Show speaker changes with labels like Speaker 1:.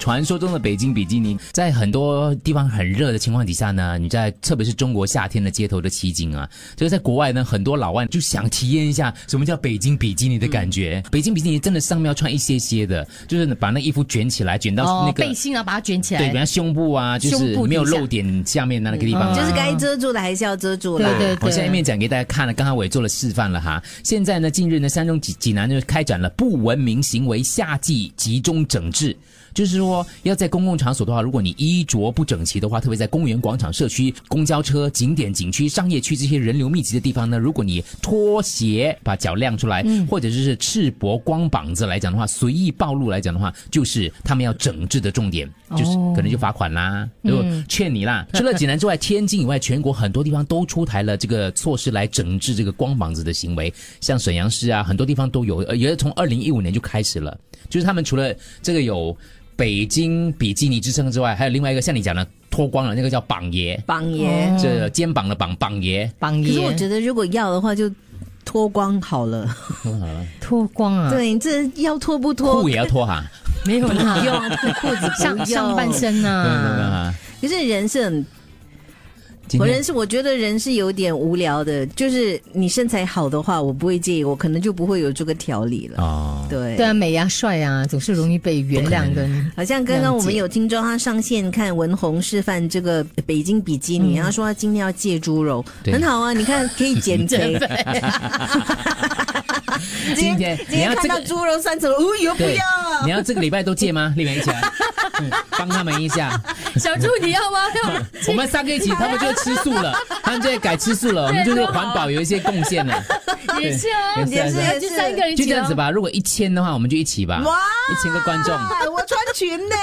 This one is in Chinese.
Speaker 1: 传说中的北京比基尼，在很多地方很热的情况底下呢，你在特别是中国夏天的街头的奇景啊，这个在国外呢，很多老外就想体验一下什么叫北京比基尼的感觉。
Speaker 2: 嗯
Speaker 1: 北京比基尼真的上面要穿一些些的，就是把那衣服卷起来，卷到那
Speaker 2: 哦，
Speaker 1: 个、
Speaker 2: 背心啊，把它卷起
Speaker 1: 对，
Speaker 2: 来
Speaker 1: 比。方胸部啊，就
Speaker 2: 胸
Speaker 1: 是
Speaker 2: 部
Speaker 1: 没有
Speaker 2: 底下嗯
Speaker 1: 露点下面那个地方、啊
Speaker 3: 就是该遮住的还是要遮住啦。
Speaker 2: 对对对，
Speaker 1: 我下面讲给大家看了，刚刚我也做了示范了哈。现在呢，近日呢，山东济济南就开展了不文明行为夏季集中整治，就是说要在公共场所的话，如果你衣着不整齐的话，特别在公园、广场、社区、公交车、景点、景区、商业区这些人流密集的地方呢，如果你拖鞋把脚亮出来，
Speaker 2: 嗯
Speaker 1: 或者是赤膊光膀子来讲的话，随意暴露来讲的话，就是他们要整治的重点，
Speaker 3: 哦
Speaker 1: 就是可能就罚款啦，
Speaker 3: 嗯
Speaker 1: 就劝你 啦。除了济南之外，天津以外，全国很多地方都出台了这个措施来整治这个光膀子的行为，像沈阳市啊，很多地方都有，呃也是从二零一五年就开始了。就是他们除了这个有北京比基尼之称之外，还有另外一个像你讲的脱光了那个叫膀爷，
Speaker 3: 榜爷，
Speaker 1: 这肩膀的膀膀爷，
Speaker 2: 绑
Speaker 3: 可是我
Speaker 2: 爷
Speaker 3: 觉得如果要的话，就脱光好了。
Speaker 2: 脱光啊，
Speaker 3: 对，这要脱不脱
Speaker 1: 裤？也要脱哈，
Speaker 2: 没有啦，
Speaker 3: 不用裤子不
Speaker 2: 上
Speaker 3: 用
Speaker 2: 上半。身啊，
Speaker 1: 啊，
Speaker 3: 可是人是很，
Speaker 1: 今
Speaker 3: 嗯我
Speaker 1: 天
Speaker 3: 人是我觉得人是有点无聊的。就是你身材好的话，我不会介意，我可能就不会有这个条理了。
Speaker 1: 哦，
Speaker 3: 对
Speaker 2: 对啊，美啊，帅啊，总是容易被原谅跟
Speaker 3: 好像刚刚我
Speaker 2: 谅
Speaker 3: 们
Speaker 2: 解
Speaker 3: 有听众他上线看文红示范这个北京比基尼，然后说他今天要戒猪肉，
Speaker 1: 嗯对
Speaker 3: 很好啊，你看可以 减肥。
Speaker 1: 今天
Speaker 3: 今
Speaker 1: 你要
Speaker 3: 天
Speaker 1: 这
Speaker 3: 看到
Speaker 1: 个。
Speaker 3: 猪肉三层，哦哟不
Speaker 1: 对
Speaker 3: 要啊，！
Speaker 1: 你要这个礼拜都戒吗？ 丽梅一起来，嗯帮他们一下。
Speaker 2: 小猪，你要吗？
Speaker 1: 我们三个一起，他们就吃素了，他们就改吃素了，我们就对环保有一些贡献了。
Speaker 2: 也是啊，
Speaker 1: 对也是啊
Speaker 3: 也是
Speaker 2: 就三个人一
Speaker 1: 就
Speaker 2: 起
Speaker 1: 这样子
Speaker 2: 哦。
Speaker 1: 吧，如果一千的话，我们就一起吧。
Speaker 3: 哇
Speaker 1: 一千个观众。
Speaker 3: 我穿裙呢。